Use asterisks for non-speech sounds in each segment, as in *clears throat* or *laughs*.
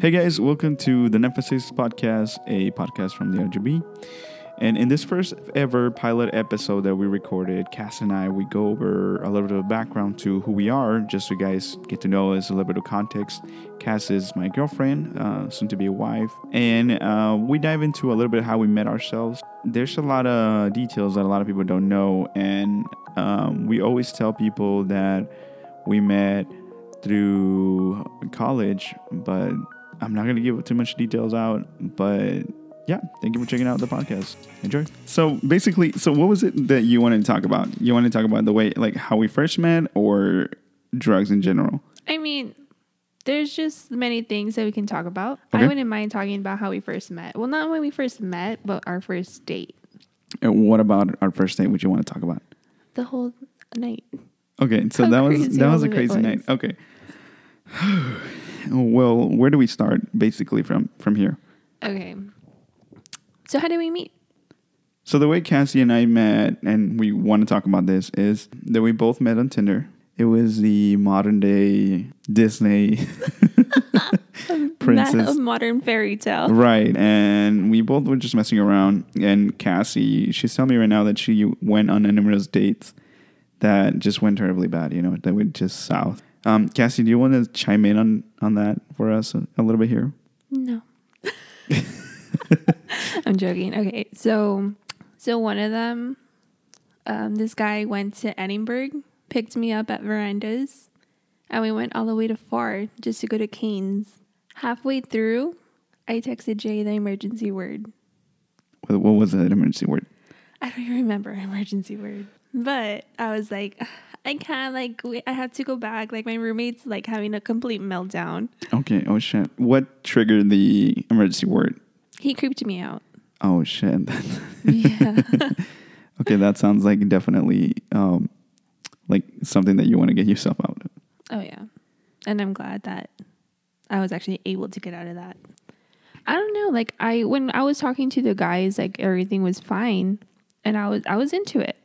Hey guys, welcome to the Nephesis Podcast, a podcast from the RGB. And in this first ever pilot episode that we recorded, Cass and I, we go over a little bit of background to who we are, just so you guys get to know us, a little bit of context. Cass is my girlfriend, uh, soon to be a wife. And uh, we dive into a little bit how we met ourselves. There's a lot of details that a lot of people don't know. And um, we always tell people that we met through college, but I'm not going to give too much details out. But yeah, thank you for checking out the podcast. Enjoy. So basically, so what was it that you wanted to talk about? You wanted to talk about the way, like how we first met, or drugs in general? I mean, there's just many things that we can talk about. Okay. I wouldn't mind talking about how we first met. Well, not when we first met, but our first date. And what about our first date? Would you want to talk about? The whole night. Okay, so How that was crazy that all was a of it crazy was. night. Okay. *sighs* well, where do we start? Basically, from from here. Okay. So how did we meet? So the way Cassie and I met, and we want to talk about this, is that we both met on Tinder. It was the modern day Disney *laughs* Not princess, a modern fairy tale. right? And we both were just messing around. And Cassie, she's telling me right now that she went on numerous dates that just went terribly bad. You know, that went just south. Um, Cassie, do you want to chime in on on that for us a, a little bit here? No. *laughs* I'm joking. Okay. So so one of them um, this guy went to Edinburgh, picked me up at Verandas, and we went all the way to Far just to go to Kane's. Halfway through, I texted Jay the emergency word. What what was that emergency word? I don't even remember emergency word. But I was like, I can't like w- I have to go back. Like my roommate's like having a complete meltdown. Okay. Oh shit. What triggered the emergency word? He creeped me out. Oh shit. *laughs* Yeah. okay, that sounds like definitely um, like something that you want to get yourself out of. Oh yeah. And I'm glad that I was actually able to get out of that. I don't know, like I when I was talking to the guys, like everything was fine and I was I was into it.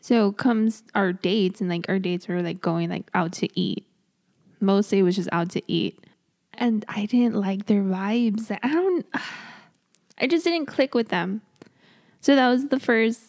So comes our dates and like our dates were like going like out to eat. Mostly it was just out to eat. And I didn't like their vibes. I don't *sighs* I just didn't click with them. So that was the first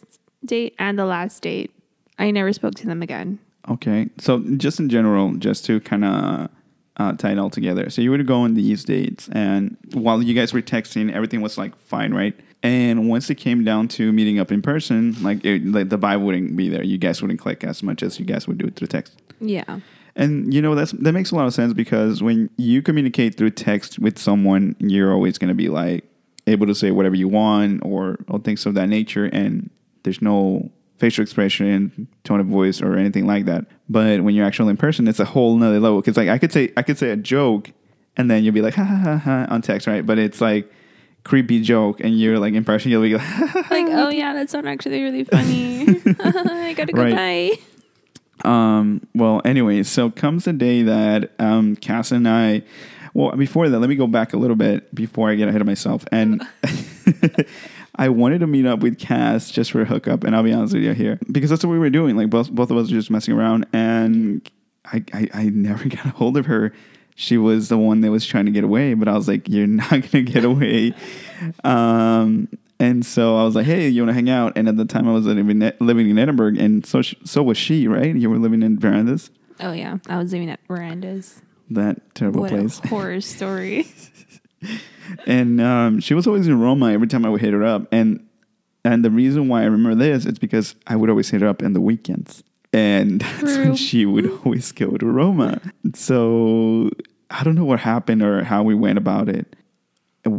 date and the last date. I never spoke to them again. Okay, so just in general, just to kind of uh, tie it all together. So you would go on these dates, and while you guys were texting, everything was like fine, right? And once it came down to meeting up in person, like, it, like the vibe wouldn't be there. You guys wouldn't click as much as you guys would do through text. Yeah. And you know that's that makes a lot of sense because when you communicate through text with someone, you're always going to be like able to say whatever you want or or things of that nature, and there's no facial expression, tone of voice, or anything like that. But when you're actually in person, it's a whole nother level because like I could say I could say a joke, and then you'll be like ha ha ha, ha on text, right? But it's like creepy joke, and you're like in person, you'll be like. *laughs* like, oh yeah, that's not actually really funny. *laughs* I gotta go Right. bye. Um, well, anyway, so comes the day that um, Cass and I. Well, before that, let me go back a little bit before I get ahead of myself. And *laughs* I wanted to meet up with Cass just for a hookup, and I'll be honest with you here because that's what we were doing. Like both both of us were just messing around, and I I, I never *laughs* got a hold of her. She was the one that was trying to get away, but I was like, "You're not *laughs* gonna get away." um, and so I was like, "Hey, you want to hang out?" And at the time, I was living in- living in Edinburgh, and so sh- so was she, right? You were living in Verandas, Oh yeah, I was living at Miranda's. that terrible What *laughs* place. a horror story. and um, she was always in Roma every time I would hit her up. And and the reason why I remember this is because I would always hit her up in the weekends, and *laughs* that's when True. she would always go to Roma. So I don't know what happened or how we went about it.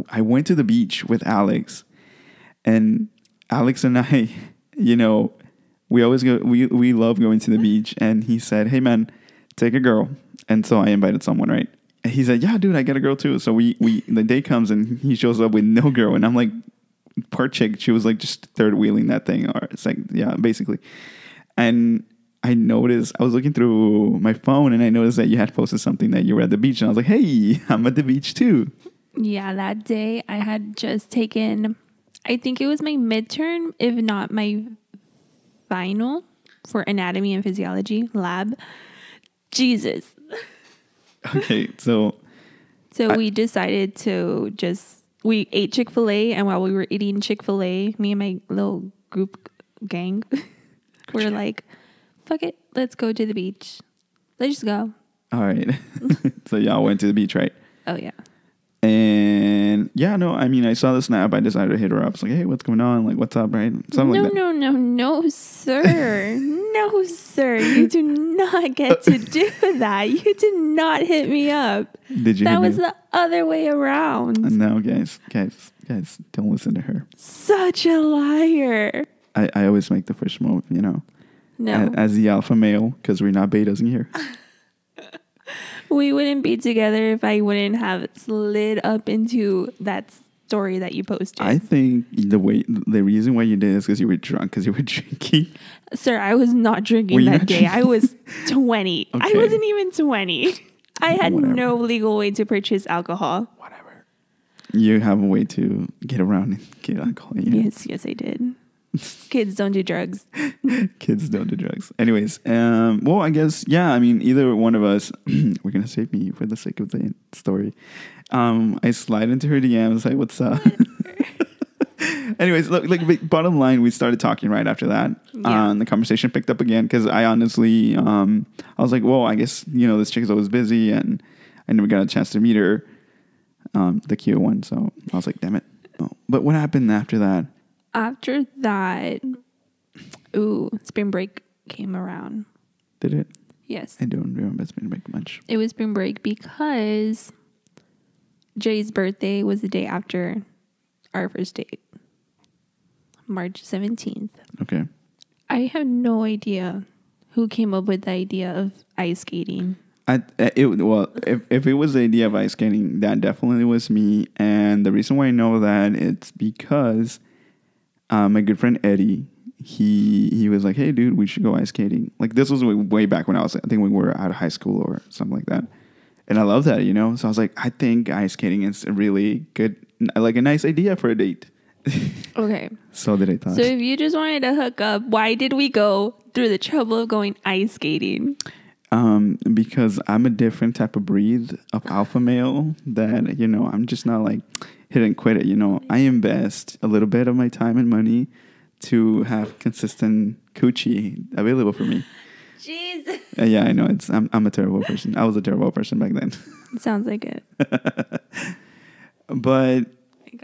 I went to the beach with Alex, and Alex and I, *laughs* you know, we always go. We we love going to the beach, and he said, "Hey man, take a girl." And so I invited someone, right? And he said, "Yeah, dude, I got a girl too." So we we the day comes and he shows up with no girl, and I'm like, "Poor chick." She was like just third wheeling that thing, or it's like yeah, basically. And I noticed I was looking through my phone, and I noticed that you had posted something that you were at the beach, and I was like, "Hey, *laughs* I'm at the beach too." yeah, that day I had just taken, I think it was my midterm, if not my final for anatomy *laughs* and physiology lab. Jesus. Okay, so So I- we decided to just we ate Chick Fil A, and while we were eating Chick Fil A, me and my little group gang *laughs* were like, "Fuck it, let's go to the beach. Let's just go." All right. *laughs* so y'all went to the beach, right? Oh yeah, And yeah, no, I mean, I saw the snap. I decided to hit her up. It's like, hey, what's going on? Like, what's up, right? Something no, like that. no, no, no, *laughs* sir. no, sir. You do not *laughs* get to do that. You did not hit me up. Did you? That hit me was up? the other way around. No, guys, guys, guys, don't listen to her. Such a liar. I, I always make the first move, you know, No, a- as the alpha male, because we're not betas in *laughs* here. we wouldn't be together if I wouldn't have slid up into that story that you posted. I think the way, the reason why you did is because you were drunk, because you were *laughs* drinking. Sir, I was not Were drinking you that not day. *laughs* I was 20. Okay. I wasn't even 20. I had Whatever. no legal way to purchase alcohol. Whatever. You have a way to get around and get alcohol. You know? Yes, yes, I did. Kids don't do drugs. Kids don't do drugs. Anyways, um, well, I guess yeah. I mean, either one of us, *clears throat* we're gonna save me for the sake of the story. Um, I slide into her DMs like, "What's up?" *laughs* Anyways, look, like but bottom line, we started talking right after that, Yeah. Uh, and the conversation picked up again because I honestly, um, I was like, "Whoa, I guess you know this chick is always busy," and I never got a chance to meet her, um, the cute one. So I was like, "Damn it!" Oh. But what happened after that? After that, ooh, spring break came around. Did it? Yes. I don't remember. It's been like much. It was spring break because Jay's birthday was the day after our first date, March 17th. Okay. I have no idea who came up with the idea of ice skating. I it well if, if it was the idea of ice skating that definitely was me and the reason why I know that it's because uh, my good friend Eddie he he was like hey dude we should go ice skating like this was way, way back when I was I think we were out of high school or something like that and I love that you know so I was like I think ice skating is a really good like a nice idea for a date Okay. so did I thought So if you just wanted to hook up, why did we go through the trouble of going ice skating? um because I'm a different type of breed of alpha male that you know I'm just not like hit and quit it you know I invest a little bit of my time and money to have consistent coochie available for me Jesus. Uh, yeah I know it's I'm, I'm a terrible person I was a terrible person back then *laughs* Sounds like it. but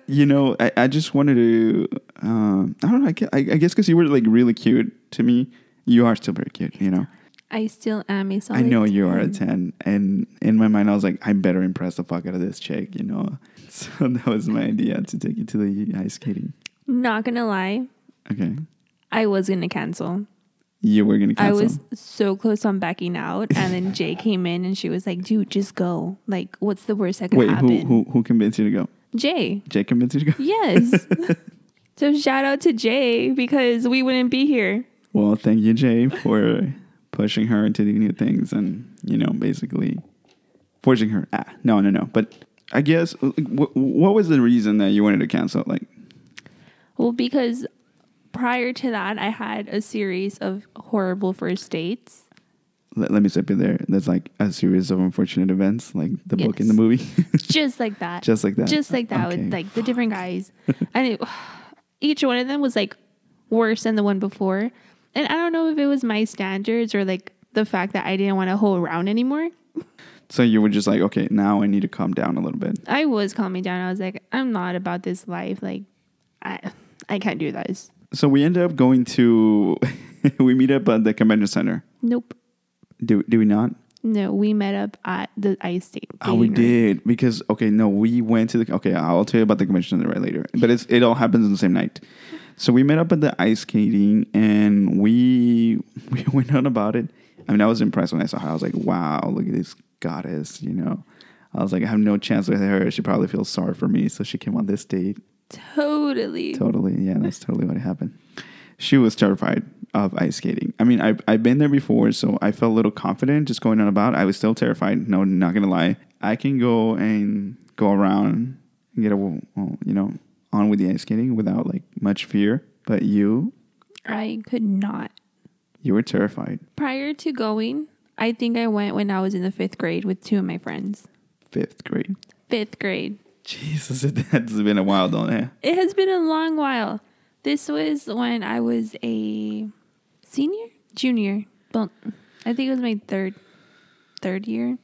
you know I, I just wanted to um I don't know I gue- I, I guess because you were like really cute to me you are still very cute you know I still am a solid I know you are a 10. 10. And in my mind, I was like, I better impress the fuck out of this chick, you know? *laughs* So that was my idea to take you to the ice skating. Not gonna lie, Okay. I was gonna cancel. You were going to I cancel. was so close on backing out, and *laughs* then Jay came in and she was like, "Dude, just go. Like, what's the worst that could Wait, who, happen?" who, who convinced you to go? Jay, *laughs* Jake convinced you to go? yes. *laughs* so shout out to Jay because we wouldn't be here. Well, thank you, Jay, for pushing her into do new things and, you know, basically forcing her. Ah, no, no, no. But I guess, uh, like, wh- what was the reason that you wanted to cancel? Like, Well, because prior to that, I had a series of horrible first dates. let, let me step in there. That's like a series of unfortunate events, like the book and the Yes. movie. *laughs* just like that. Just like that. Just like that Okay. with like the *sighs* different guys. and it, *sighs* each one of them was like worse than the one before. And I don't know if it was my standards or like the fact that I didn't want to hole around anymore. So you were just like, okay, now I need to calm down a little bit. I was calming down. I was like, I'm not about this life. Like, I I can't do this. So we ended up going to, *laughs* we meet up at the convention center. Nope. Do, do we not? No, we met up at the ice state. Oh, we dating room. did because okay, no, we went to the okay. I'll tell you about the convention center right later, but it's it all happens on the same night. So we met up at the ice skating and we *laughs* we went on about it. I mean, I was impressed when I saw her. I was like, wow, look at this goddess, you know. I was like, I have no chance with her. She probably feels sorry for me, so she came on this date. Totally. Totally. Yeah, that's totally what happened. She was terrified of ice skating. I mean, I, I've been there before, so I felt a little confident just going on about. I was still terrified. No, not going to lie. I can go and go around and get a, well, you know, on with the ice skating without like much fear. But you, I could not. you were terrified. Prior to going, I think I went when I was in the fifth grade with two of my friends. Fifth grade. fifth grade. Jesus, *laughs* it, that's been a while, eh? don't it? It has been a long while. This was when I was a senior, junior. Well, I think it was my third, third year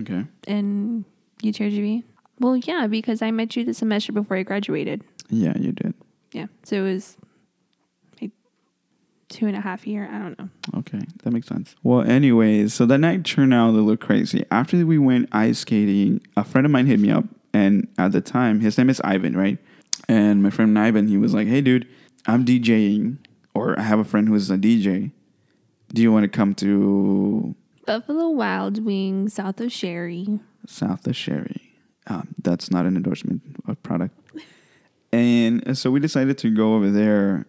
Okay. in UTRGV. Well, yeah, because I met you the semester before I graduated. Yeah, you did. Yeah, so it was like two and a half year. I don't know. Okay, that makes sense. Well, anyways, so that night turned out a little crazy. After we went ice skating, a friend of mine hit me up, and at the time, his name is Ivan, right? And my friend Ivan, he was like, "Hey, dude, I'm DJing, or I have a friend who's a DJ. Do you want to come to Buffalo Wild Wings, south of Sherry. South of Sherry. Um, that's not an endorsement of product. And so we decided to go over there.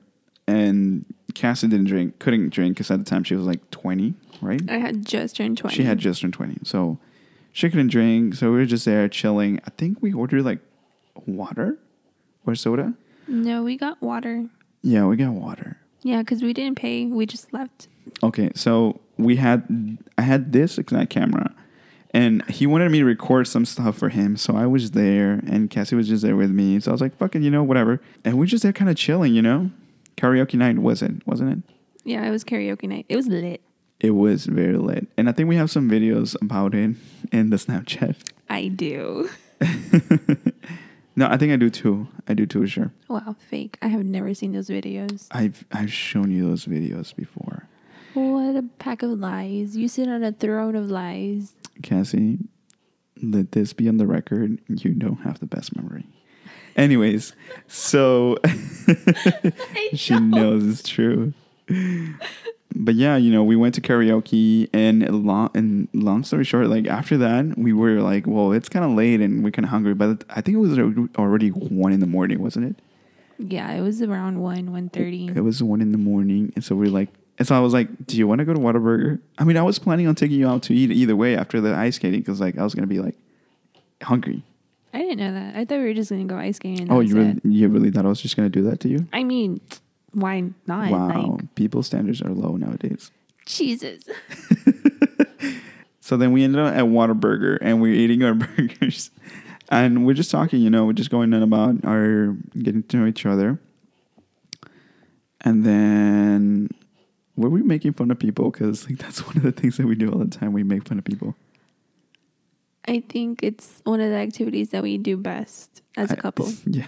And Cassie didn't drink, couldn't drink because at the time she was like 20, right? I had just turned twenty. She had just turned 20. So she couldn't drink. So we were just there chilling. I think we ordered like water or soda. no. We got water. Yeah, we got water. Yeah, because we didn't pay. We just left. Okay, so we had I had this exact camera, and he wanted me to record some stuff for him. So I was there, and Cassie was just there with me. So I was like, "Fucking, you know, whatever." And we're just there, kind of chilling, you know. Karaoke night was it? Wasn't it? Yeah, it was karaoke night. It was lit. It was very lit, and I think we have some videos about it in the Snapchat. I do. no, I think I do too. I do too, sure. Wow, fake. I have never seen those videos. I've I've shown you those videos before, What a pack of lies. You sit on a throne of lies. Cassie. Let this be on the record. You don't have the best memory. Anyways, so she knows it's true. But yeah, you know, we went to karaoke and long and long story short, like after that, we were like, well, it's kind of late and we're kind of hungry. But I think it was already one in the morning, wasn't it? Yeah, it was around 1, 1.30. It was one in the morning, and so we are like, and so I was like, "Do you want to go to Whataburger?" I mean, I was planning on taking you out to eat either way after the ice skating because like I was gonna be like hungry. I didn't know that. I thought we were just going to go ice skating. And oh, oh, you really, you really thought I was just gonna do that to you? I mean, why not? wow, Like, people's standards are low nowadays. Jesus. So then we ended up at Whataburger and we are eating our *laughs* burgers, and we're just talking, you know, we're just going on about our getting to know each other, and then. Were we making fun of people? Because like *laughs* that's one of the things that we do all the time. We make fun of people. I think it's one of the activities that we do best as a I- couple. *laughs* Yeah.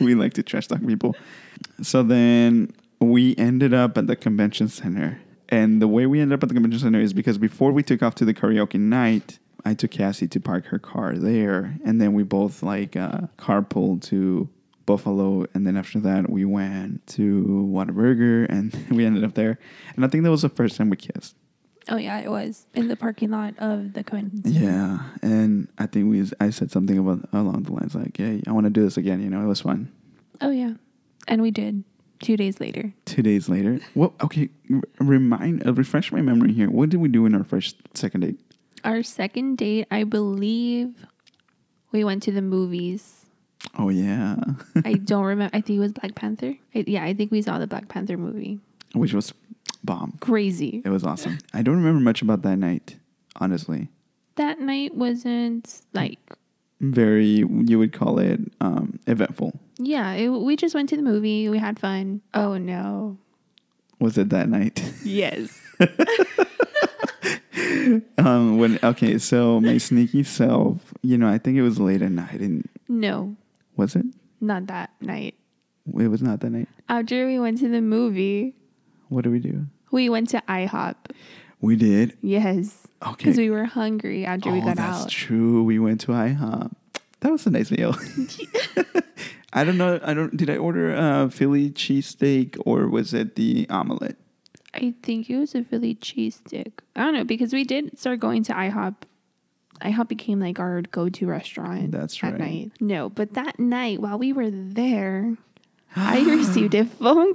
we like to trash talk people. So then we ended up at the convention center. And the way we ended up at the convention center is because before we took off to the karaoke night, I took Cassie to park her car there. And then we both like uh, carpool to Buffalo. And then after that, we went to Whataburger and *laughs* we ended up there. And I think that was the first time we kissed. Oh, yeah, it was in the parking lot of the convention. center. Yeah, and I think we I said something about along the lines like, "Yeah, I want to do this again." You know, it was fun. Oh, yeah. And we did two days later. two days later. Well, okay, r- remind, uh, refresh my memory here. What did we do in our first, second date? Our second date, I believe we went to *laughs* the movies. Oh yeah, I don't remember. I think it was Black Panther. I, yeah, I think we saw the Black Panther movie. which was bomb. Crazy. It was awesome. I don't remember much about that night, honestly. That night wasn't like, Very, you would call it um, eventful. yeah, it, we just went to the movie. We had fun. Oh, no. Was it that night? *laughs* Yes. um, when okay, so my sneaky self, you know, I think it was late at night, and no, was it? not that night. It was not that night. After we went to the movie, What did we do? we went to IHOP. We did Yes. okay. Because we were hungry after we Oh, got that's out. true. We went to IHOP. That was a nice meal. *laughs* I don't know. I don't. Did I order a Philly cheesesteak or was it the omelet? I think it was a Philly cheese stick. I don't know because we did start going to IHOP. IHOP became like our go-to restaurant. That's at right. night. No, but that night while we were there, *gasps* I received a phone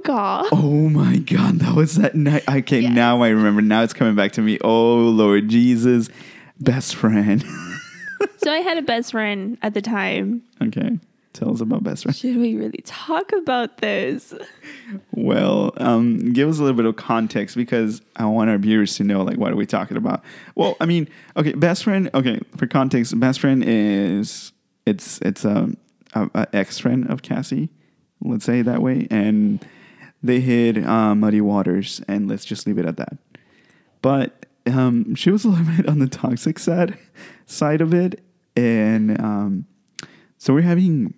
*laughs* call. Oh my God, that was that night. Okay, Yes. now I remember. Now it's coming back to me. Oh Lord Jesus, best friend. *laughs* So I had a best friend at the time. okay, tell us about best friend. Should we really talk about this? Well, um, give us a little bit of context because I want our viewers to know like what are we talking about. Well, I mean, okay, best friend. Okay, for context, best friend is it's it's um, a, a ex friend of Cassie, let's say it that way, and they hid uh, muddy waters, and let's just leave it at that. But um, she was a little *laughs* bit on the toxic side side of it, and um, so we're having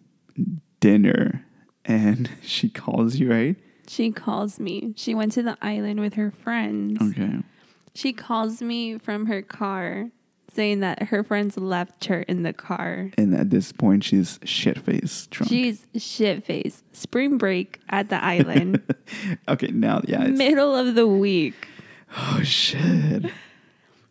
dinner, and *laughs* she calls you right. She calls me. She went to the island with her friends. Okay. She calls me from her car saying that her friends left her in the car. And at this point, she's shit faced drunk. She's shit faced. Spring break at the island, okay, now yeah, it's, *laughs* middle of the week. oh shit.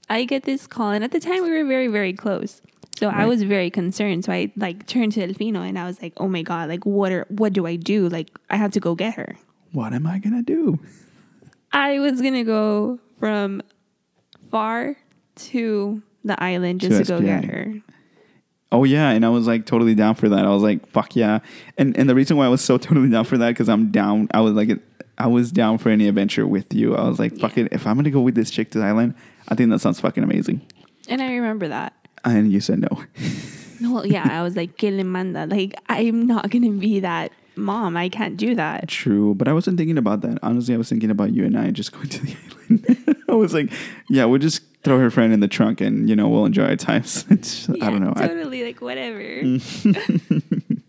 I get this call, and at the time we were very, very close. So I Right. was very concerned. So I like turned to Delfino and I was like, "Oh my god! Like, what are what do I do? Like, I have to go get her." What am I gonna do? I was gonna go from far to the island just To to, go get SPI. her. Oh yeah, and I was like totally down for that. I was like, fuck yeah. And and the reason why I was so *laughs* totally down for that because I'm down. I was like, I was down for any adventure with you. I was like, fuck Yeah. it. If I'm gonna go with this chick to the island, I think that sounds fucking amazing. And I remember that. And you said no. *laughs* Well, yeah, I was like, "Que le manda?" Like, I'm not gonna be that mom. I can't do that. True, but I wasn't thinking about that. Honestly, I was thinking about you and I just *laughs* going to the island. *laughs* I was like, yeah, we'll just throw her friend in the trunk and you know we'll enjoy our times. *laughs* It's- I don't Yeah, know. I- Totally, like whatever. *laughs*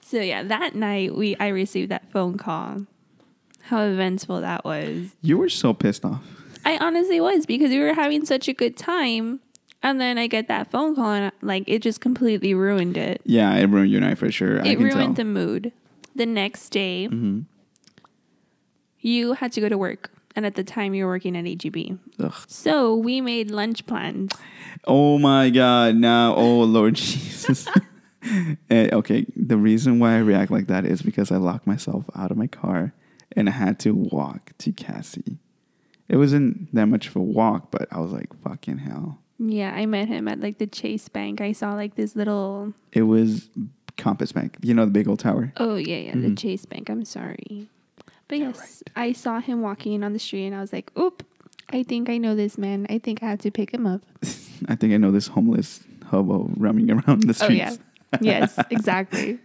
so yeah, that night we I received that phone call. How eventful that was! you were so pissed off. I honestly was because we were having such a good time, and then I get that phone call and like it just completely ruined it. Yeah, it ruined your night for sure. I it can ruined tell. Mm-hmm. the mood. The next day, you had to go to work, and at the time you were working at AGB. Ugh. So we made lunch plans. Oh my God! Now, oh Lord *laughs* Jesus. Eh, okay, the reason why I react like that is because I locked myself out of my car and I had to walk to Cassie. It wasn't that much of a walk, but I was like, "Fucking hell!" Yeah, I met him at like the Chase Bank. I saw like this little It was Compass Bank, you know, the big old tower. Oh yeah, yeah, Mm-hmm. the Chase Bank. I'm sorry, but yes, I saw him walking on the street, and I was like, "Oop, I think I know this man. I think I have to pick *laughs* him up." I think I know this homeless hobo roaming around the Oh streets. yeah, yes, *laughs* exactly.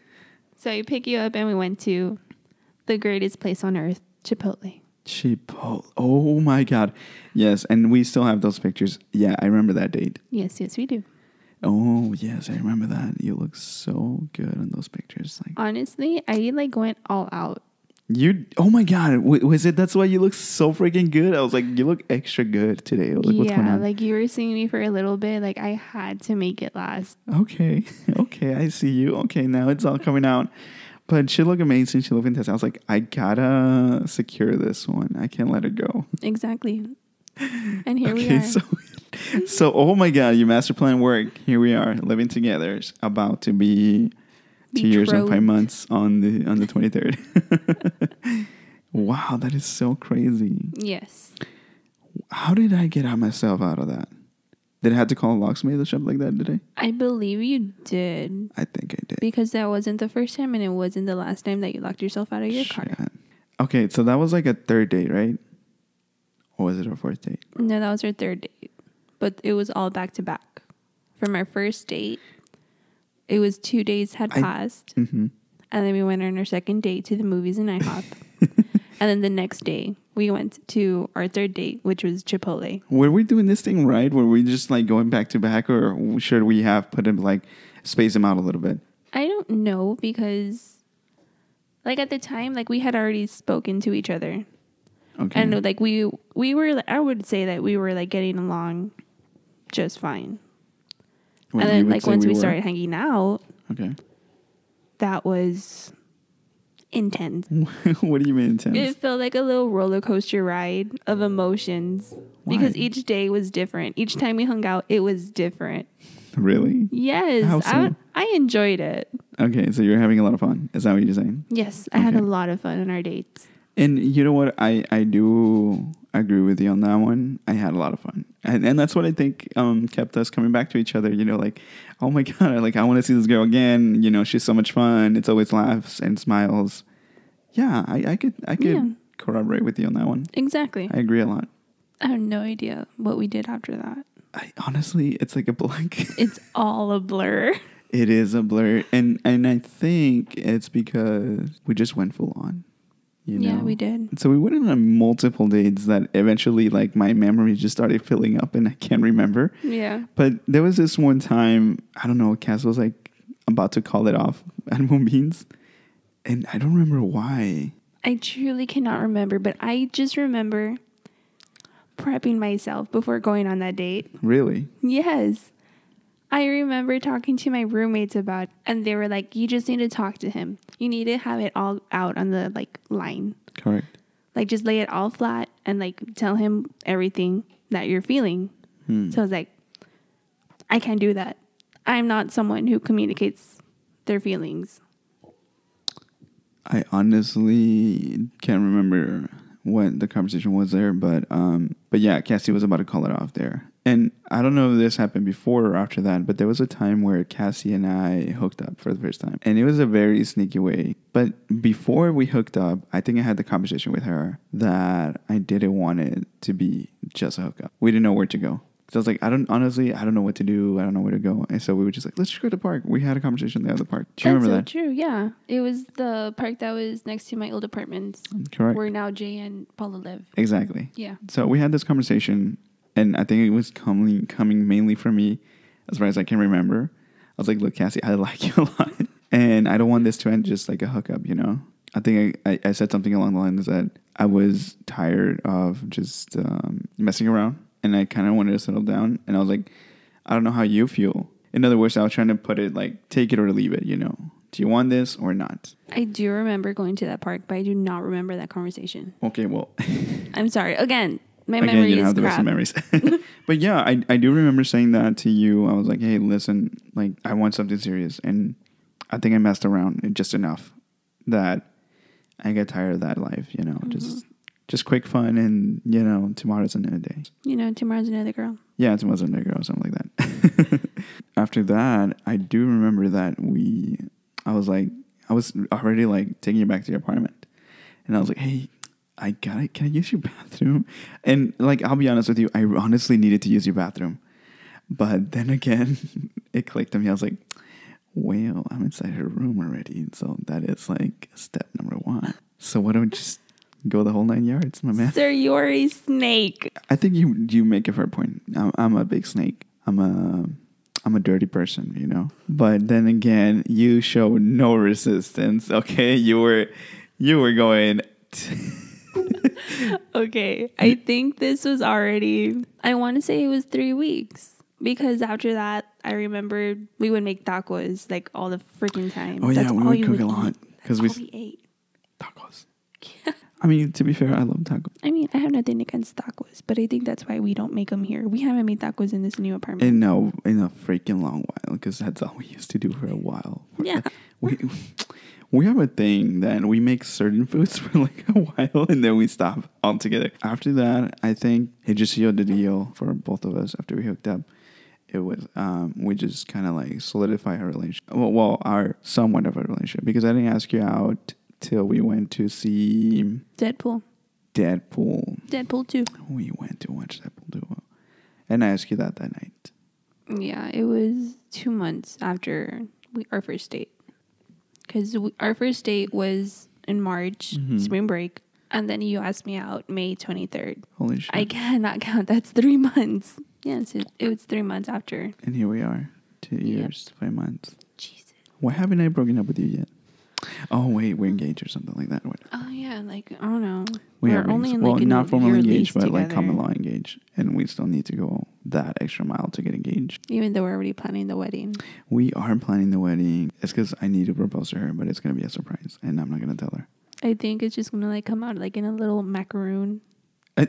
So I pick you up, and we went to the greatest place on earth, Chipotle. Chipotle. Oh my God! Yes, and we still have those pictures. Yeah, I remember that date. Yes, yes, we do. Oh yes, I remember that. You look so good in those pictures. Like Honestly, I like went all out. you. Oh my god, w- was it? That's why you look so freaking good. I was like, you look extra good today. I was like, what's going yeah, on? like you were seeing me for a little bit. Like I had to make it last. okay, *laughs* okay, I see you. Okay, now it's all coming out. But she looked amazing. She looked fantastic. I was like, I gotta secure this one. I can't let it go. *laughs* Exactly. And here we okay, are. so. So, oh my God, your master plan work. Here we are, living together. It's about to be two years and five Betrothed. months on the on the twenty third. *laughs* wow, that is so crazy. Yes. How did I get out myself out of that? Did I have to call a locksmith or something like that today? I believe you did I think I did. because that wasn't the first time and it wasn't the last time that you locked yourself out of your car. Shit. Okay, so that was like a third date, right? Or was it a fourth date? No, that was our third date, but it was all back to back. From our first date, it was two days had I- passed, hmm and then we went on our second date to the movies in *laughs* IHOP. and then the next day, we went to our third date, which was Chipotle. Were we doing this thing right? Were we just like going back to back, or should we have put him like space him out a little bit? I don't know because, like, at the time, like, we had already spoken to each other. Okay. and like we we were i would say that we were like getting along just fine Well, and you then would like say once we, were. started hanging out Okay. *laughs* that was intense what do you mean intense? it felt like a little roller coaster ride of emotions because Why? each day was different each time we hung out it was different really? yes How so? I, I enjoyed it Okay, so you're having a lot of fun. Is that what you're saying? yes i had a Okay. lot of fun on our dates And you know what? I, I do agree with you on that one. I had a lot of fun. And, and that's what I think um, kept us coming back to each other. You know, like, oh my *laughs* God, like, I want to see this girl again. You know, she's so much fun. It's always laughs and smiles. Yeah, I, I could, I could Yeah. corroborate with you on that one. exactly I agree a lot. i have no idea what we did after that I, honestly, it's like a blank. *laughs* it's all a blur It is a blur, and and I think it's because we just went full on. You know? Yeah, we did. So we went on multiple dates that eventually, like, my memory just started filling up, and I can't remember. Yeah. But there was this one time, I don't know, Cass was like about to call it off *laughs* at Moonbeans. And I don't remember why. I truly cannot remember, but I just remember prepping myself before going on that date. Really? Yes. I remember talking to my roommates about and they were like, You just need to talk to him. You need to have it all out on the like line. Correct. Like just lay it all flat and like tell him everything that you're feeling. Hmm. So I was like, I can't do that. I'm not someone who communicates their feelings. I honestly can't remember what the conversation was there, but um, but yeah, Cassie was about to call it off there. And I don't know if this happened before or after that, but there was a time where Cassie and I hooked up for the first time. And it was a very sneaky way. But before we hooked up, I think I had the conversation with her that I didn't want it to be just a hookup. We didn't know where to go. So I was like, I don't honestly, I don't know what to do. I don't know where to go. And so we were just like, let's just go to the park. We had a conversation there at the park. Do you That's remember so that? true. Yeah, it was the park that was next to my old apartments, Correct. where now Jay and Paula live. exactly. Yeah, So we had this conversation, and I think it was coming coming mainly from me, as far as I can remember. I was like, "Look, Cassie, I *laughs* like you a lot, and I don't want this to end just like a hookup." You know, I think I, I, I said something along the lines that I was tired of just um, messing around, and I kind of wanted to settle down. And I was like, "I don't know how you feel." In other words, I was trying to put it like, "Take it or leave it." You know, do you want this or not? I do remember going to that park, but I do not remember that conversation. Okay, well. I'm sorry. Again, my Again, memory you don't is have the best crap. of memories. *laughs* *laughs* but yeah, I, I do remember saying that to you. I was like, hey, listen, like I want something serious, and I think I messed around just enough that I got tired of that life. You know, Mm-hmm. just just quick fun, and you know, tomorrow's another day. You know, tomorrow's another girl. Yeah, it wasn't a girl or something like that. *laughs* After that, I do remember that we, I was like, I was already like taking you back to your apartment, and I was like, hey, I got to Can I use your *laughs* bathroom? And like, I'll be honest with you, I honestly needed to use your bathroom, but then again, *laughs* it clicked to me. I was like, well, I'm inside her room already, so that is like step number one. So why don't we just go the whole nine yards, my man? Sir, you're a snake. I think you you make a fair point. I'm, I'm a big snake. I'm a I'm a dirty person, you know. But then again, you showed no resistance. Okay, you were you were going. Okay, I think this was already. I want to say it was three weeks because after that, I remember we would make tacos like all the freaking time. oh yeah, That's we all would you cook a eat. lot because That's we all we ate. *laughs* *laughs* tacos. I mean, to be fair, I love tacos. I mean, I have nothing against tacos, but I think that's why we don't make them here. We haven't made tacos in this new apartment. In no, in a freaking long while, because that's all we used to do for a while. Yeah. we we have a thing that we make certain foods *laughs* for like a while, and then we stop altogether. After that, I think it just sealed the deal for both of us after we hooked up. It was um, we just kind of like solidify our relationship. Well, well, our somewhat of a relationship because I didn't ask you out till we went to see Deadpool. Deadpool. Deadpool 2. We went to watch Deadpool duo, and I asked you that that night. Yeah, it was two months after we, our first date. Because our first date was in March, Mm-hmm. spring break. And then you asked me out May 23rd. Holy shit! I cannot count. That's three *laughs* months. Yeah, so it was three months after. And here we are, two Yep. years, five months. Jesus. Why haven't I broken up with you yet? Oh wait, we're engaged or something like that. What- Oh, yeah. Like, I don't know. We We're are only engaged. in, well, like, a not year formally engaged, lease but like together. common law engaged, and we still need to go that extra mile to get engaged. Even though we're already planning the wedding. We are planning the wedding. It's because I need to propose to her, but it's gonna be a surprise, and I'm not gonna tell her. I think it's just gonna like come out like in a little macaroon. *laughs*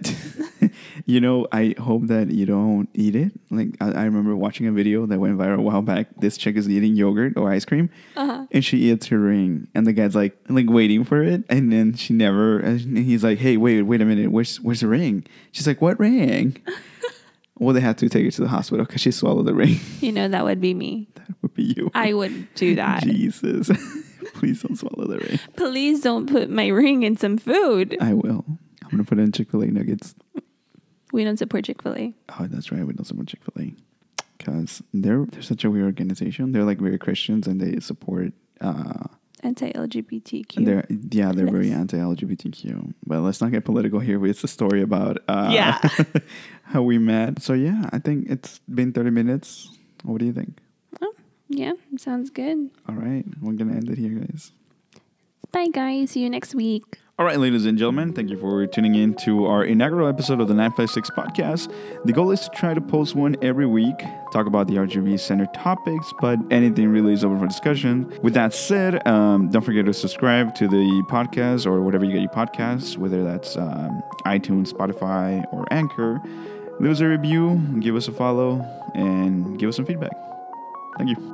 you know, I hope that you don't eat it. Like I, I remember watching a video that went viral a while back. This chick is eating yogurt or ice cream, and she eats her ring, and the guy's like like waiting for it, and then she never. And he's like, "Hey, wait, wait a minute. Where's where's the ring?" She's like, "What ring?" well, they had to take her to the hospital because she swallowed the ring. *laughs* You know, that would be me. that would be you. I would do that. Jesus, *laughs* please don't swallow the ring. Please don't put my ring in some food. I will. I'm gonna put in Chick Fil A nuggets. We don't support Chick fil A. Oh, that's right. We don't support Chick Fil A. because they're they're such a weird organization. They're like very Christians and they support. Uh, Anti LGBTQ. they're yeah, they're very Yes. anti-LGBTQ. But let's not get political here. It's a story about uh, Yeah. *laughs* how we met. So yeah, I think it's been thirty minutes. What do you think? Yeah, sounds good. All right, we're gonna end it here, guys. Bye, guys. See you next week. All right, ladies and gentlemen, thank you for tuning in to our inaugural episode of the 956 podcast. The goal is to try to post one every week, talk about the RGB Center topics, but anything really is open for discussion. With that said, um, don't forget to subscribe to the podcast or whatever you get your podcasts, whether that's um, iTunes, Spotify, or Anchor. Leave us a review, give us a follow, and give us some feedback. Thank you.